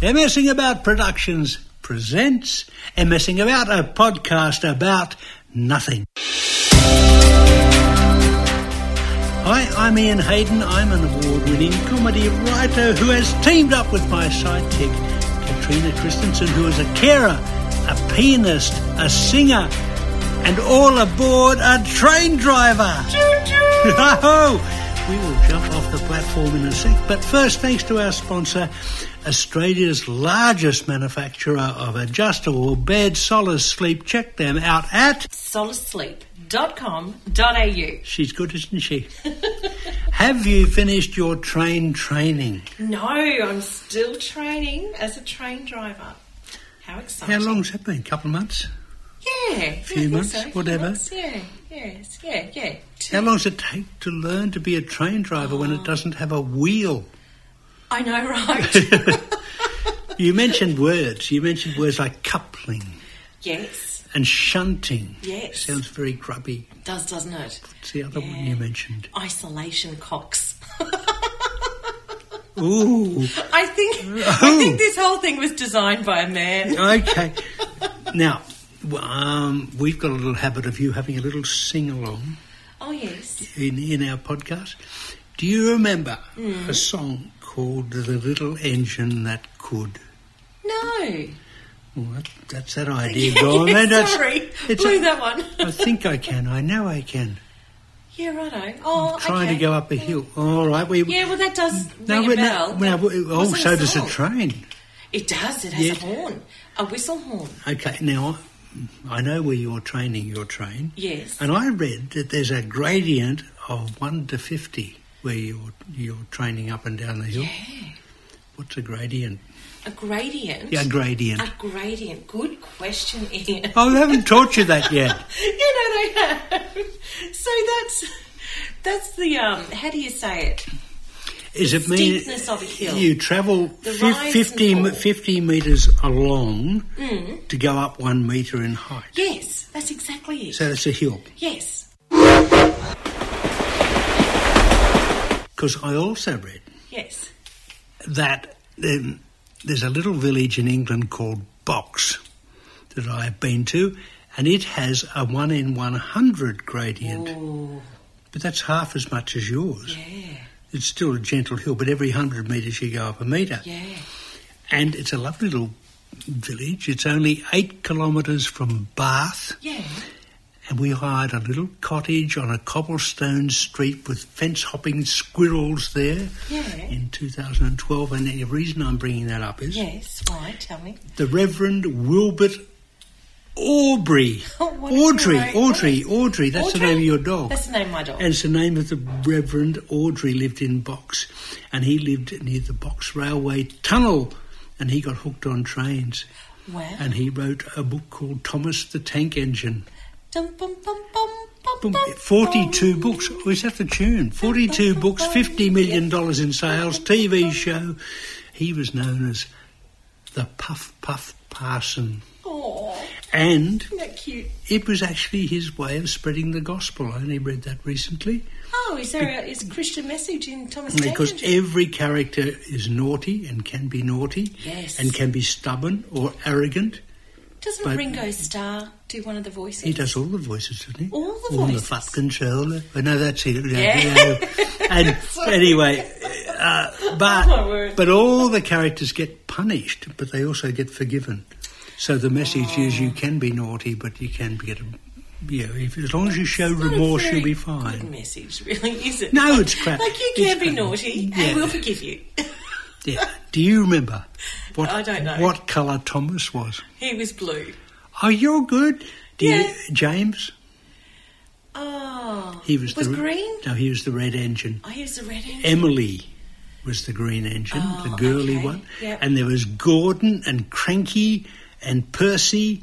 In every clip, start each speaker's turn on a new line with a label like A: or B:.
A: MSing About Productions presents MSing About, a podcast about nothing. Hi, I'm Ian Hayden. I'm an award winning comedy writer who has teamed up with my sidekick, Katrina Christensen, who is a carer, a pianist, a singer, and all aboard a train driver. Ho-ho! we will jump off the platform in a sec, but first, thanks to our sponsor, Australia's largest manufacturer of adjustable bed solace sleep. Check them out at
B: solacesleep.com.au.
A: She's good, isn't she? Have you finished your train training?
B: No, I'm still training as a train driver. How
A: How
B: exciting.
A: long's that been? A couple of months?
B: Yeah. yeah, I
A: Few
B: think
A: months,
B: so, few
A: whatever.
B: months, Yeah, yes, yeah, yeah. Two-
A: How long does it take to learn to be a train driver when it doesn't have a wheel?
B: I know, right?
A: You mentioned words. You mentioned words like coupling
B: yes,
A: and shunting.
B: Yes.
A: Sounds very grubby.
B: does, doesn't it?
A: It's the other one
B: Yeah.
A: you mentioned.
B: Isolation cocks.
A: Ooh,
B: I think I
A: Oh.
B: think this whole thing was designed by a man.
A: okay. now, w- um, we've got a little habit of you having a little sing along.
B: Oh yes.
A: in, in our podcast. Do you remember
B: Mm.
A: a song called The Little Engine That Could?
B: No.
A: Well, that, that's that idea gone. and it's-
B: Sorry,
A: it's
B: blew
A: a-
B: that one.
A: I think I can. I know I can.
B: yeah, righto. Oh,
A: Trying
B: okay.
A: to go up a hill. All right. We,
B: Yeah, well, that does
A: no,
B: ring
A: we're
B: a bell.
A: not- we're not-
B: That
A: oh,
B: wasn't
A: so does a
B: song.
A: train.
B: It does. It has
A: Yeah.
B: a horn, a whistle horn.
A: Okay, now I know where you're training your train.
B: Yes.
A: And I read that there's a gradient of 1 to 50 where you're, you're training up and down the hill.
B: Yeah.
A: What's a gradient?
B: A gradient.
A: Yeah, gradient.
B: A gradient. Good question, Ian.
A: Oh, they haven't taught you that yet.
B: you know they have. So that's that's the um. How do you say it?
A: Is it mean
B: Steepness of a hill.
A: you travel
B: The
A: fif-
B: rise and
A: 50, m-
B: fall. Mm.
A: 50 metres along to go up one metre in height?
B: Yes, that's exactly it.
A: So that's a hill.
B: yes.
A: Because I also read
B: Yes.
A: that um, there's a little village in England called Box that I have been to, and it has a 1 in 100 gradient,
B: Oh,
A: but that's half as much as yours.
B: yeah,
A: It's still a gentle hill, but every 100 metres you go up a metre.
B: yeah.
A: And it's a lovely little village. It's only eight kilometres from Bath.
B: Yeah.
A: and we hired a little cottage on a cobblestone street with fence hopping squirrels there
B: Yeah.
A: in 2012. And the reason I'm bringing that up is
B: Yes. Why? Tell me.
A: the Reverend Wilbert Aubrey.
B: Oh, what is
A: Audrey,
B: your name?
A: Audrey, Audrey, that's the
B: Audrey?
A: name of your dog.
B: That's the name of my dog.
A: And it's the name of the Reverend Audrey lived in Box, and he lived near the Box Railway Tunnel, and he got hooked on trains,
B: wow.
A: and he wrote a book called Thomas the Tank Engine.
B: Dum, bum, bum, bum, bum,
A: Boom.
B: bum,
A: 42
B: bum.
A: books. Oh, is that the tune? 42 books, $50 million in sales, TV show. He was known as the Puff Puff Parson.
B: Oh,
A: And
B: isn't that cute?
A: it was actually his way of spreading the gospel. I only read that recently.
B: Oh, is there a, is a Christian message in Thomas
A: Because
B: Tank Engine?
A: every character is naughty and can be naughty
B: Yes.
A: and can be stubborn or arrogant.
B: Doesn't
A: but-
B: Ringo Starr do one of the voices?
A: He does all the voices, doesn't he?
B: All the
A: On the
B: voices.
A: fat controller. Oh, no, that's it.
B: Yeah.
A: and anyway, uh, but
B: Oh, my word.
A: but all the characters get punished, but they also get forgiven. So the message is:
B: Oh.
A: you can be naughty, but you can get a. You know, if, as long as you show
B: Not a
A: remorse,
B: very
A: you'll be
B: Good
A: fine.
B: message, really, is it?
A: No, it's crap.
B: Like you
A: It's
B: can be
A: crap.
B: naughty,
A: Yeah.
B: and we'll forgive you.
A: Yeah. Do you remember what
B: I don't know.
A: what colour Thomas was?
B: he was blue.
A: Oh, you're good. Do you-
B: Yeah.
A: James.
B: Oh,
A: He was
B: was
A: the re-
B: green.
A: No, he was the red engine.
B: Oh, he was the red engine.
A: Emily was the green engine, the
B: Oh,
A: girly
B: okay.
A: one.
B: Yep.
A: And there was Gordon and Cranky and Percy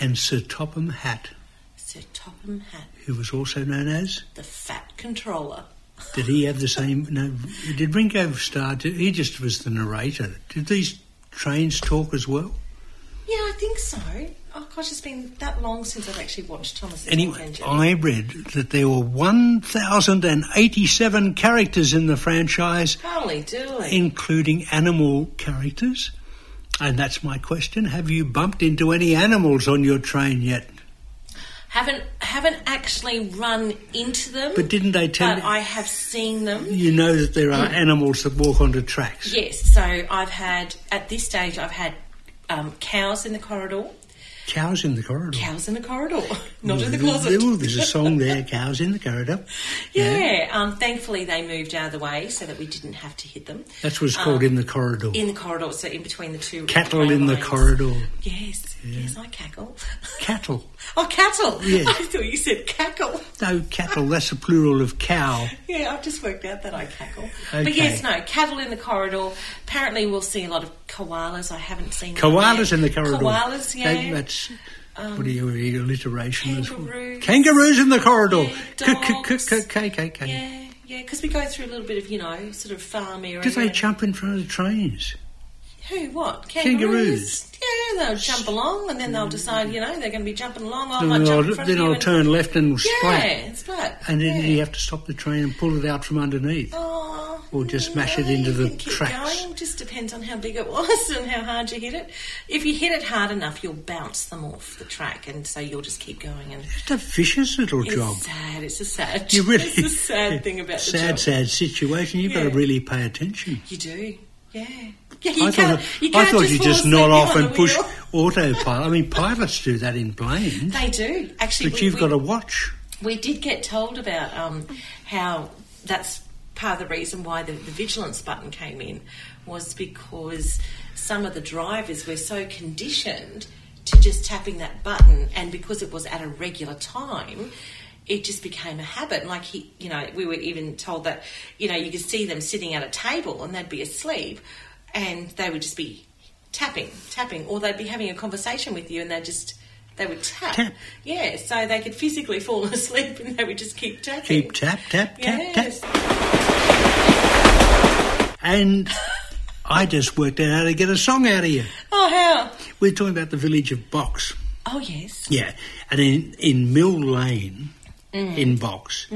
A: and Sir Topham Hatt,
B: So Topham had
A: who was also known as.
B: the fat controller.
A: Did he have the same? No, did Ringo Starr? Did, he just was the narrator. Did these trains talk as well?
B: Yeah, I think so. Oh gosh, it's been that long since I've actually watched Thomas the Tank
A: Anyway,
B: Engine.
A: I read that there were 1,087 characters in the franchise,
B: Holy dooly.
A: including animal characters And that's my question. Have you bumped into any animals on your train yet?
B: Haven't haven't actually run into them.
A: But didn't they tell
B: but I have seen them.
A: you know that there are animals that walk onto tracks?
B: Yes. So I've had at this stage I've had um, cows in the corridor.
A: Cows in the corridor.
B: Cows in the corridor, not in the
A: Ooh, ooh,
B: closet.
A: there's a song there, Cows in the Corridor.
B: Yeah. Um, thankfully, they moved out of the way so that we didn't have to hit them.
A: That's what's called In the Corridor.
B: Uh, In the corridor, so in between the two
A: Cattle
B: rail
A: in the
B: lines.
A: Corridor.
B: Yes. Yes, I cackle.
A: Cattle.
B: Oh, cattle.
A: Yes.
B: I thought you said cackle.
A: No, cattle, that's the plural of cow.
B: Yeah, I've just worked out that I cackle.
A: Okay.
B: But yes, no, cattle in the corridor. Apparently, we'll see a lot of koalas. I haven't seen them
A: Koalas
B: yet.
A: in the corridor.
B: Koalas, yeah. Um,
A: That- that's what are you alliteration? is-
B: kangaroos.
A: Kangaroos in the corridor.
B: Yeah,
A: K- k- k-
B: dogs.
A: k- k- k- k.
B: yeah, yeah, because we go through a little bit of you know sort of farm area.
A: Do they jump in front of the trains?
B: Who? What?
A: Kangaroos. Mm.
B: Kangaroos. Yeah, they'll jump along, and then they'll decide you know they're going to be jumping along. I might
A: then I'll,
B: Oh, jump in front
A: then
B: of you
A: I'll
B: and-
A: turn left and
B: Yeah,
A: splat.
B: it's flat.
A: And then
B: yeah.
A: you have to stop the train and pull it out from underneath.
B: Oh,
A: Or just mash it
B: no,
A: into
B: you
A: the
B: can keep
A: tracks.
B: Going. Just depends on how big it was and how hard you hit it. If you hit it hard enough, you'll bounce them off the track, and so you'll just keep going. And
A: It's a vicious little
B: it's
A: job.
B: sad. It's a sad.
A: You really
B: It's a sad thing about the
A: sad,
B: job.
A: sad situation. You've got to
B: Yeah.
A: really pay attention.
B: You do. Yeah. Yeah. You
A: I
B: can't.
A: thought
B: you
A: I
B: can't
A: thought
B: just
A: you
B: fall
A: just
B: asleep
A: nod off
B: on the
A: and push
B: wheel.
A: autopilot. I mean, pilots do that in planes,
B: They do actually.
A: but
B: we,
A: you've
B: we,
A: got to watch.
B: We did get told about um, how that's part of the reason why the, the vigilance button came in was because some of the drivers were so conditioned to just tapping that button, and because it was at a regular time. It just became a habit. Like he, you know, we were even told that, you know, you could see them sitting at a table and they'd be asleep, and they would just be tapping, tapping, or they'd be having a conversation with you, and they just they would tap.
A: Tap.
B: Yeah, so they could physically fall asleep, and they would just keep tapping.
A: Keep tap, tap, tap,
B: yes.
A: tap. And I just worked out how to get a song out of you.
B: Oh how?
A: We're talking about the village of Box.
B: Oh yes.
A: Yeah, and in in Mill Lane,
B: Mm.
A: in Box,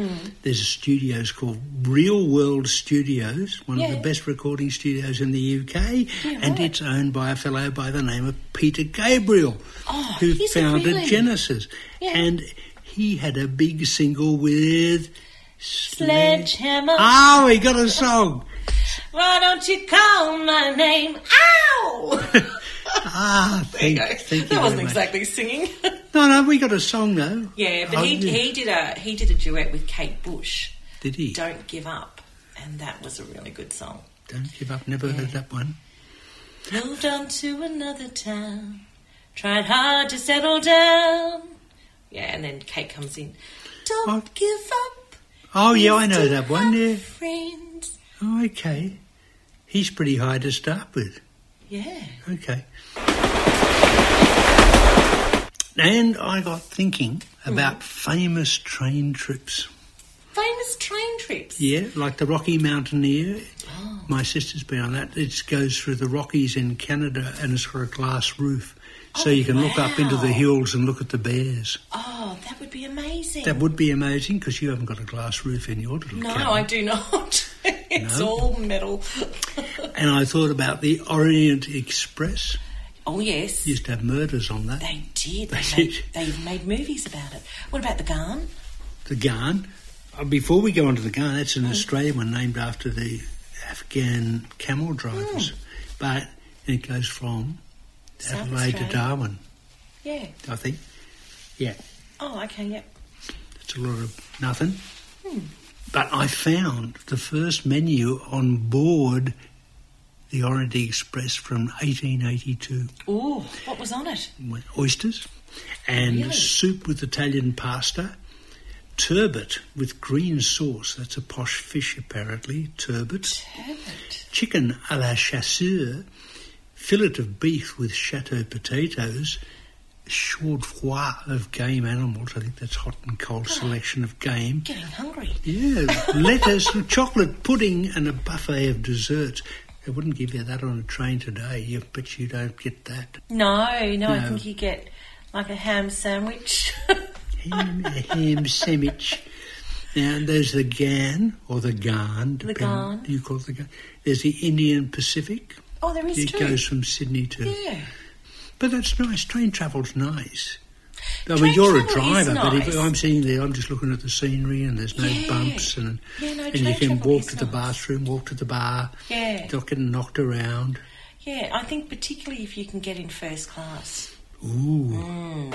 A: there's a studios called Real World Studios, one of
B: Yeah.
A: the best recording studios in the UK, and
B: right.
A: it's owned by a fellow by the name of Peter Gabriel,
B: Oh,
A: who
B: he's a
A: founded
B: really-
A: Genesis,
B: Yeah.
A: and he had a big single with.
B: Sledgehammer.
A: Ah, we got a song.
B: Why don't you call my name? Ow!
A: Ah, thank,
B: Okay.
A: thank you.
B: that wasn't
A: very much.
B: exactly singing.
A: No, no, we got a song though.
B: yeah, but
A: Oh,
B: he he did a he did a duet with Kate Bush.
A: Did he?
B: Don't give up, and that was a really good song.
A: Don't give up. Never heard that one.
B: Moved on to another town. Tried hard to settle down. Yeah, and then Kate comes in. Don't
A: Oh.
B: give up.
A: Oh, yeah, I
B: you
A: know
B: still
A: that one.
B: have
A: Yeah.
B: Friends.
A: Oh, okay. He's pretty high to start with.
B: Yeah.
A: Okay. And I got thinking
B: Mm.
A: about famous train trips.
B: Famous train trips. Oh,
A: Yeah, like the Rocky Mountaineer. My sister's been on that. It goes through the Rockies in Canada and it's got a glass roof. So
B: Oh,
A: you can look up into the
B: wow.
A: hills and look at the bears.
B: Oh, that would be amazing.
A: That would be amazing because you haven't got a glass roof in your little
B: no,
A: cabin.
B: I do not. it's
A: No.
B: all metal.
A: And I thought about the Orient Express.
B: oh, yes.
A: Used to have murders on that.
B: They did. They
A: They
B: made,
A: did.
B: they've made movies about it. What about the Garn?
A: the Garn. Uh, Before we go on to the Garn, that's an Australian one named after the Afghan camel drivers. But it goes from
B: Hmm. South
A: Adelaide to
B: Australia.
A: Darwin,
B: Yeah.
A: I think. Yeah,
B: Oh, okay, yep.
A: it's a lot of nothing.
B: Hmm.
A: But I found the first menu on board the Orient Express from 1882.
B: Ooh, what was on it?
A: with oysters and
B: Really?
A: soup with Italian pasta, turbot with green sauce. That's a posh fish, apparently. Turbot,
B: Turbot.
A: chicken à la chasseur, fillet of beef with chateau potatoes, chaudfroid of game animals. I think that's hot and cold selection of game.
B: Getting hungry.
A: Yeah, lettuce, and chocolate pudding, and a buffet of desserts. They wouldn't give you that on a train today, you- but you don't get that.
B: No, no, I
A: No.
B: think you get like a ham sandwich.
A: ham, a ham sandwich. Now there's the gan or the garn. depend-
B: garn.
A: You call it the garn. There's the Indian Pacific.
B: Oh, there is
A: It
B: too.
A: goes from Sydney to.
B: yeah.
A: But that's nice. Train travel's nice. I mean,
B: Train
A: you're a
B: travel is
A: driver, but if
B: nice.
A: I'm sitting there, I'm just looking at the scenery and there's no
B: Yeah.
A: bumps and
B: Yeah, no,
A: and you
B: train
A: can
B: travel
A: walk
B: is
A: to the
B: nice.
A: bathroom, walk to the bar,
B: Yeah.
A: not getting knocked around.
B: Yeah, I think particularly if you can get in first class.
A: Ooh.
B: Mm.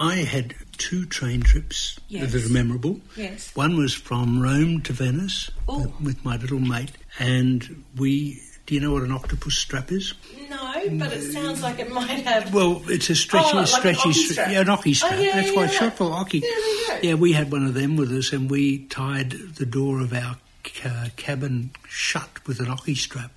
A: I had two train trips
B: Yes.
A: that are memorable.
B: Yes.
A: One was from Rome to Venice
B: Ooh.
A: with- with my little mate, and we. Do you know what an octopus strap is?
B: No, but it sounds like it might have.
A: Well, it's a stretchy,
B: Oh, like an
A: stretchy,
B: ocky
A: stra-
B: strap. Oh,
A: yeah, an ocky strap.
B: yeah,
A: That's
B: yeah,
A: why
B: yeah.
A: it's short for ocky.
B: There we go.
A: Yeah, we had one of them with us, and we tied the door of our ca- cabin shut with an ocky strap.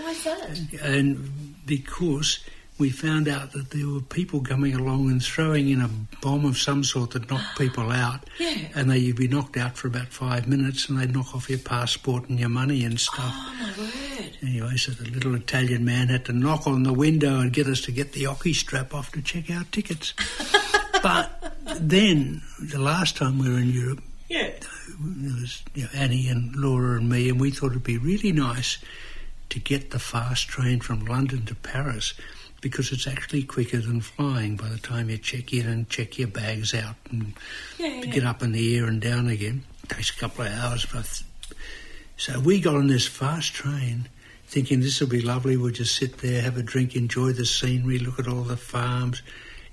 B: Why is that?
A: and because we found out that there were people coming along and throwing in a bomb of some sort that knocked people out,
B: Yeah.
A: and they you'd be knocked out for about five minutes, and they'd knock off your passport and your money and stuff.
B: Oh my word!
A: Anyway, so the little Italian man had to knock on the window and get us to get the hockey strap off to check our tickets. but then, the last time we were in Europe,
B: Yeah.
A: there was you know, Annie and Laura and me, and we thought it'd be really nice to get the fast train from London to Paris because it's actually quicker than flying by the time you check in and check your bags out and
B: Yeah, yeah.
A: get up in the air and down again. takes a couple of hours, but so we got on this fast train. Thinking this will be lovely, we'll just sit there, have a drink, enjoy the scenery, look at all the farms.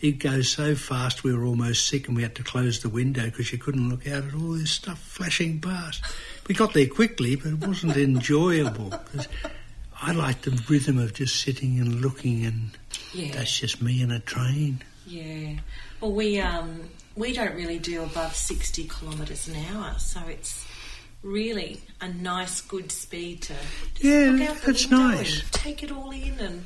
A: It goes so fast, we were almost sick and we had to close the window because you couldn't look out at all this stuff flashing past. We got there quickly, but it wasn't enjoyable 'cause I like the rhythm of just sitting and looking, and
B: Yeah.
A: that's just me in a train.
B: Yeah. Well, we um we don't really do above sixty kilometres an hour, so it's really a nice, good speed to just
A: Yeah,
B: look out the
A: that's
B: window
A: nice.
B: and take it all in and.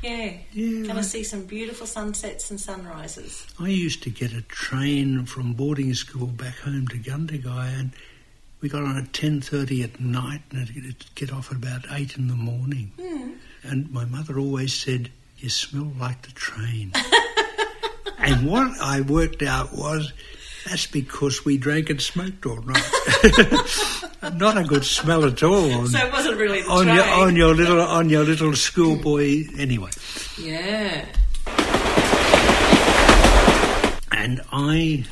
B: Yeah,
A: Yeah,
B: come
A: I-
B: and see some beautiful sunsets and sunrises.
A: I used to get a train from boarding school back home to Gundagai, and we got on at ten thirty at night, and it'd it'd get off at about eight in the morning.
B: Hmm.
A: And my mother always said, "You smell like the train." and what I worked out was that's because we drank and smoked all night. Not a good smell at all. On,
B: So it wasn't really the
A: on
B: train.
A: your on your little on your little schoolboy anyway.
B: Yeah.
A: And I,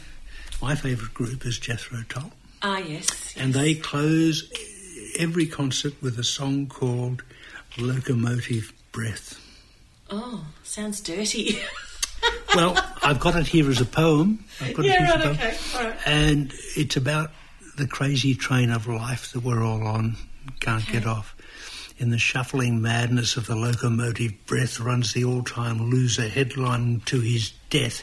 A: my favourite group is Jethro Tull.
B: Ah, yes.
A: and they close every concert with a song called Locomotive Breath.
B: Oh, sounds dirty.
A: Well, I've got it here as a poem. I've got it
B: yeah,
A: here
B: right,
A: as a poem.
B: okay, all right.
A: And it's about the crazy train of life that we're all on, can't get off. In the shuffling madness of the locomotive, breath runs the all time loser headlong to his death,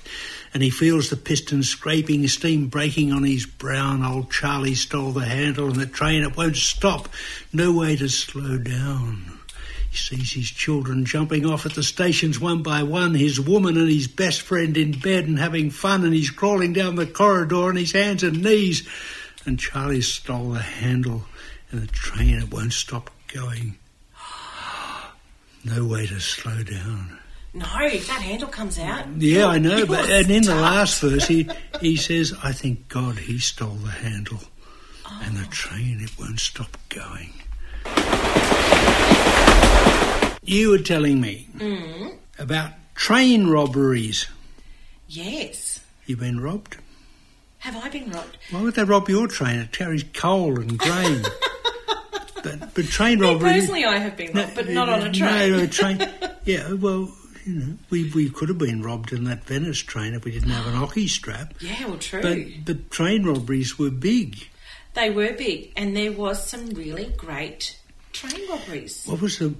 A: and he feels the piston scraping, steam breaking on his brown. Old Charlie stole the handle, and the train it won't stop. No way to slow down. He sees his children jumping off at the stations one by one, his woman and his best friend in bed and having fun, and he's crawling down the corridor on his hands and knees. And Charlie stole the handle, and the train it won't stop going. No way to slow down.
B: No, that handle comes out.
A: Yeah, I know.
B: You're
A: But and in the
B: stuck.
A: last verse, he he says, "I thank God he stole the handle, and
B: Oh.
A: the train it won't stop going." You were telling me
B: Mm.
A: about train robberies.
B: Yes.
A: You've been robbed.
B: Have I been robbed?
A: Why would they rob your train? It carries coal and grain. but but train
B: Me
A: robbery.
B: personally, I have been robbed, but not on a train.
A: No, a train. yeah, well, you know, we, we could have been robbed in that Venice train if we didn't have an hockey strap.
B: Yeah, well, true.
A: But but train robberies were big.
B: they were big, and there was some really great train robberies.
A: What was the?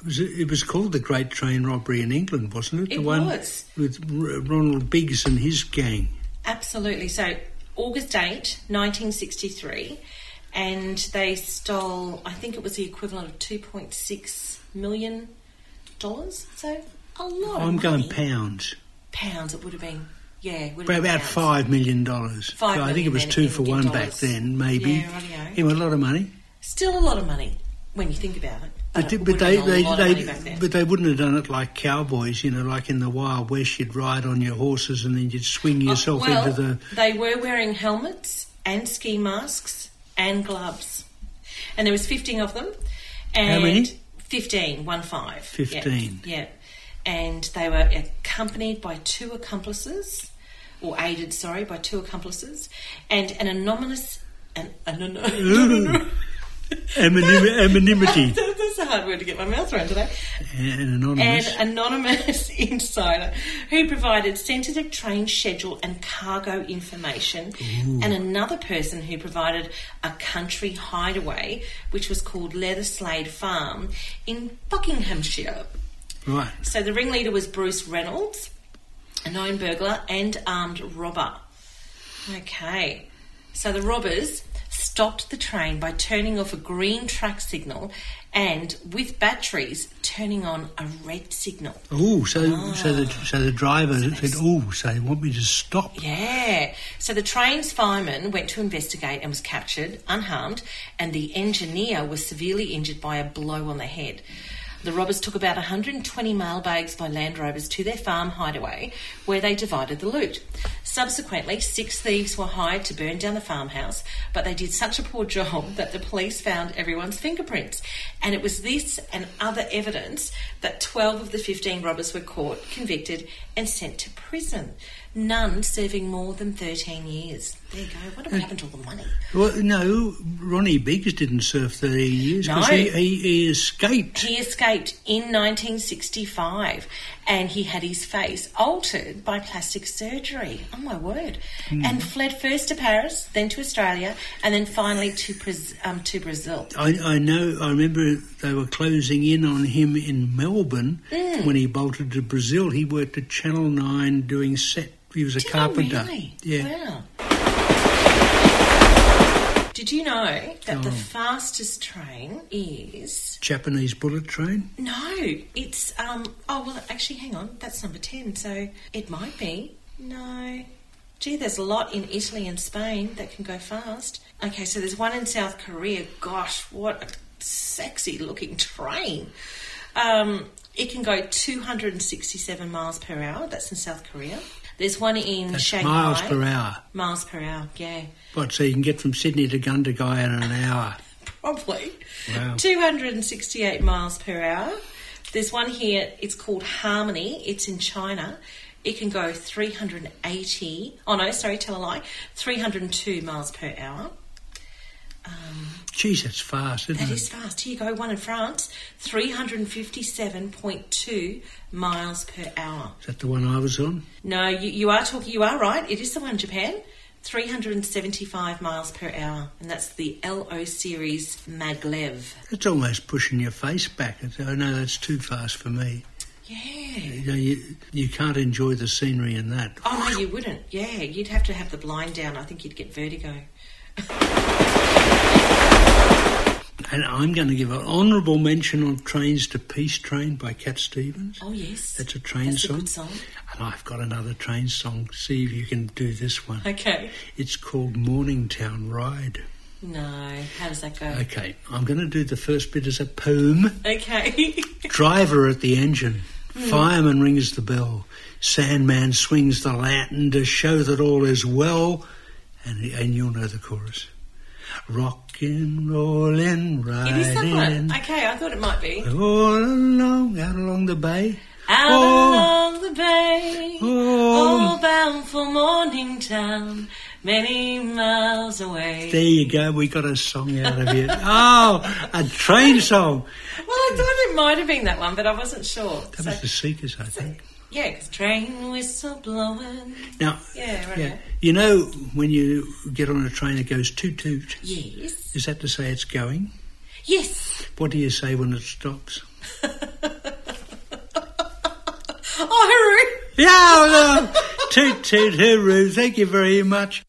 A: It was, it was called the Great Train Robbery in England, wasn't it? The
B: It
A: one
B: was.
A: with R- Ronald Biggs and his gang.
B: Absolutely. So, August 8, 1963, and they stole, I think it was the equivalent of $2.6 million. So, a lot
A: I'm
B: of
A: going
B: money.
A: pounds.
B: pounds, it would have been. Yeah, it would have
A: About
B: been pounds.
A: five million dollars.
B: Five
A: So I think it
B: million
A: was
B: then
A: two for
B: Indian
A: one back
B: dollars.
A: then, maybe.
B: Yeah, rightio.
A: It was a lot of money.
B: Still a lot of money when you think about it.
A: But,
B: it
A: but
B: would have
A: they,
B: been a
A: they,
B: lot of money back
A: they,
B: then.
A: but they wouldn't have done it like cowboys, you know, like in the Wild West, you'd ride on your horses and then you'd swing yourself
B: Oh, well,
A: into the.
B: They were wearing helmets and ski masks and gloves, and there was fifteen of them, And
A: many?
B: 15, one five. Yeah,
A: 15.
B: Yeah. And they were accompanied by two accomplices, or aided, sorry, by two accomplices, and an anonymous. An, an,
A: Ooh. Anonym- anonymity.
B: That's a hard word to get my mouth around today.
A: And anonymous.
B: An anonymous insider who provided sensitive train schedule and cargo information, and another person who provided a country hideaway, which was called Leather Slade Farm in Buckinghamshire.
A: right.
B: So the ringleader was Bruce Reynolds, a known burglar and armed robber. Okay. So the robbers stopped the train by turning off a green track signal and with batteries turning on a red signal.
A: Ooh, so
B: Ah.
A: so the so the driver said, "Ooh, so they want me to stop."
B: Yeah. So the train's fireman went to investigate and was captured unharmed, and the engineer was severely injured by a blow on the head. The robbers took about 120 mailbags by Land Rovers to their farm hideaway, where they divided the loot. Subsequently, six thieves were hired to burn down the farmhouse, but they did such a poor job that the police found everyone's fingerprints. And it was this and other evidence that 12 of the 15 robbers were caught, convicted, and sent to prison. None serving more than 13 years. There you go. What
A: Hmm.
B: happened to all the money?
A: Well, no, Ronnie Biggs didn't serve thirty years because
B: No.
A: he, he, he escaped.
B: He escaped in 1965 and he had his face altered by plastic surgery. Oh my word.
A: Hmm.
B: And fled first to Paris, then to Australia, and then finally to, Braz- um, to Brazil.
A: I, I know. I remember they were closing in on him in Melbourne
B: Mm.
A: when he bolted to Brazil. He worked at Channel Nine doing set. He was a
B: Did they
A: carpenter.
B: really?
A: Yeah.
B: Wow. Did you know that the
A: Oh.
B: fastest train is
A: Japanese bullet train.
B: No, it's um. Oh well, actually, hang on. That's number ten, so it might be. No, gee, there's a lot in Italy and Spain that can go fast. Okay, so there's one in South Korea. Gosh, what a sexy looking train! Um, it can go 267 miles per hour. That's in South Korea. There's one in
A: That's
B: Shanghai.
A: miles per hour.
B: Miles per hour. Yeah.
A: Right, so you can get from Sydney to Gundagai in an hour.
B: Probably.
A: Wow.
B: 268 miles per hour. There's one here, it's called Harmony, it's in China. It can go 380, oh no, sorry, tell a lie, 302 miles per hour. Um,
A: Geez, that's fast, isn't
B: That
A: it?
B: is fast. Here you go, one in France, 357.2 miles per hour.
A: Is that the one I was on?
B: No, you, you are talking, you are right, it is the one in Japan. 375 miles per hour, and that's the LO series Maglev.
A: It's almost pushing your face back. It's- Oh no, that's too fast for me.
B: Yeah.
A: You, know, you, you can't enjoy the scenery in that.
B: Oh no, you wouldn't. Yeah, you'd have to have the blind down. I think you'd get vertigo.
A: And I'm going to give an honourable mention on Trains to Peace Train by Cat Stevens.
B: Oh yes,
A: That's a train
B: That's
A: song.
B: A good song.
A: And I've got another train song. See if you can do this one.
B: Okay.
A: It's called Morningtown Ride.
B: No, how does that go?
A: Okay, I'm going to do the first bit as a poem.
B: Okay.
A: Driver at the engine.
B: Hmm.
A: Fireman rings the bell. Sandman swings the lantern to show that all is well. And, and you'll know the chorus. Rockin', rollin',
B: it is that one.
A: riding.
B: Okay, I thought it might be.
A: All along, out along the bay.
B: Out
A: Oh.
B: along the bay,
A: Oh.
B: all bound for Morning Town, many miles away.
A: There you go, we got a song out of it. oh, a train song.
B: well, I thought it might have been that one, but I wasn't sure.
A: That
B: So,
A: was the Seekers, I think.
B: yeah, 'cause train whistle blowing.
A: Now,
B: Yeah, right.
A: yeah, you know when you get on a train that goes toot toot,
B: Yes.
A: is that to say it's going?
B: Yes.
A: What do you say when it stops?
B: Oh, hooray! Oh,
A: Yeah, well, uh, toot toot hooroo. Thank you very much.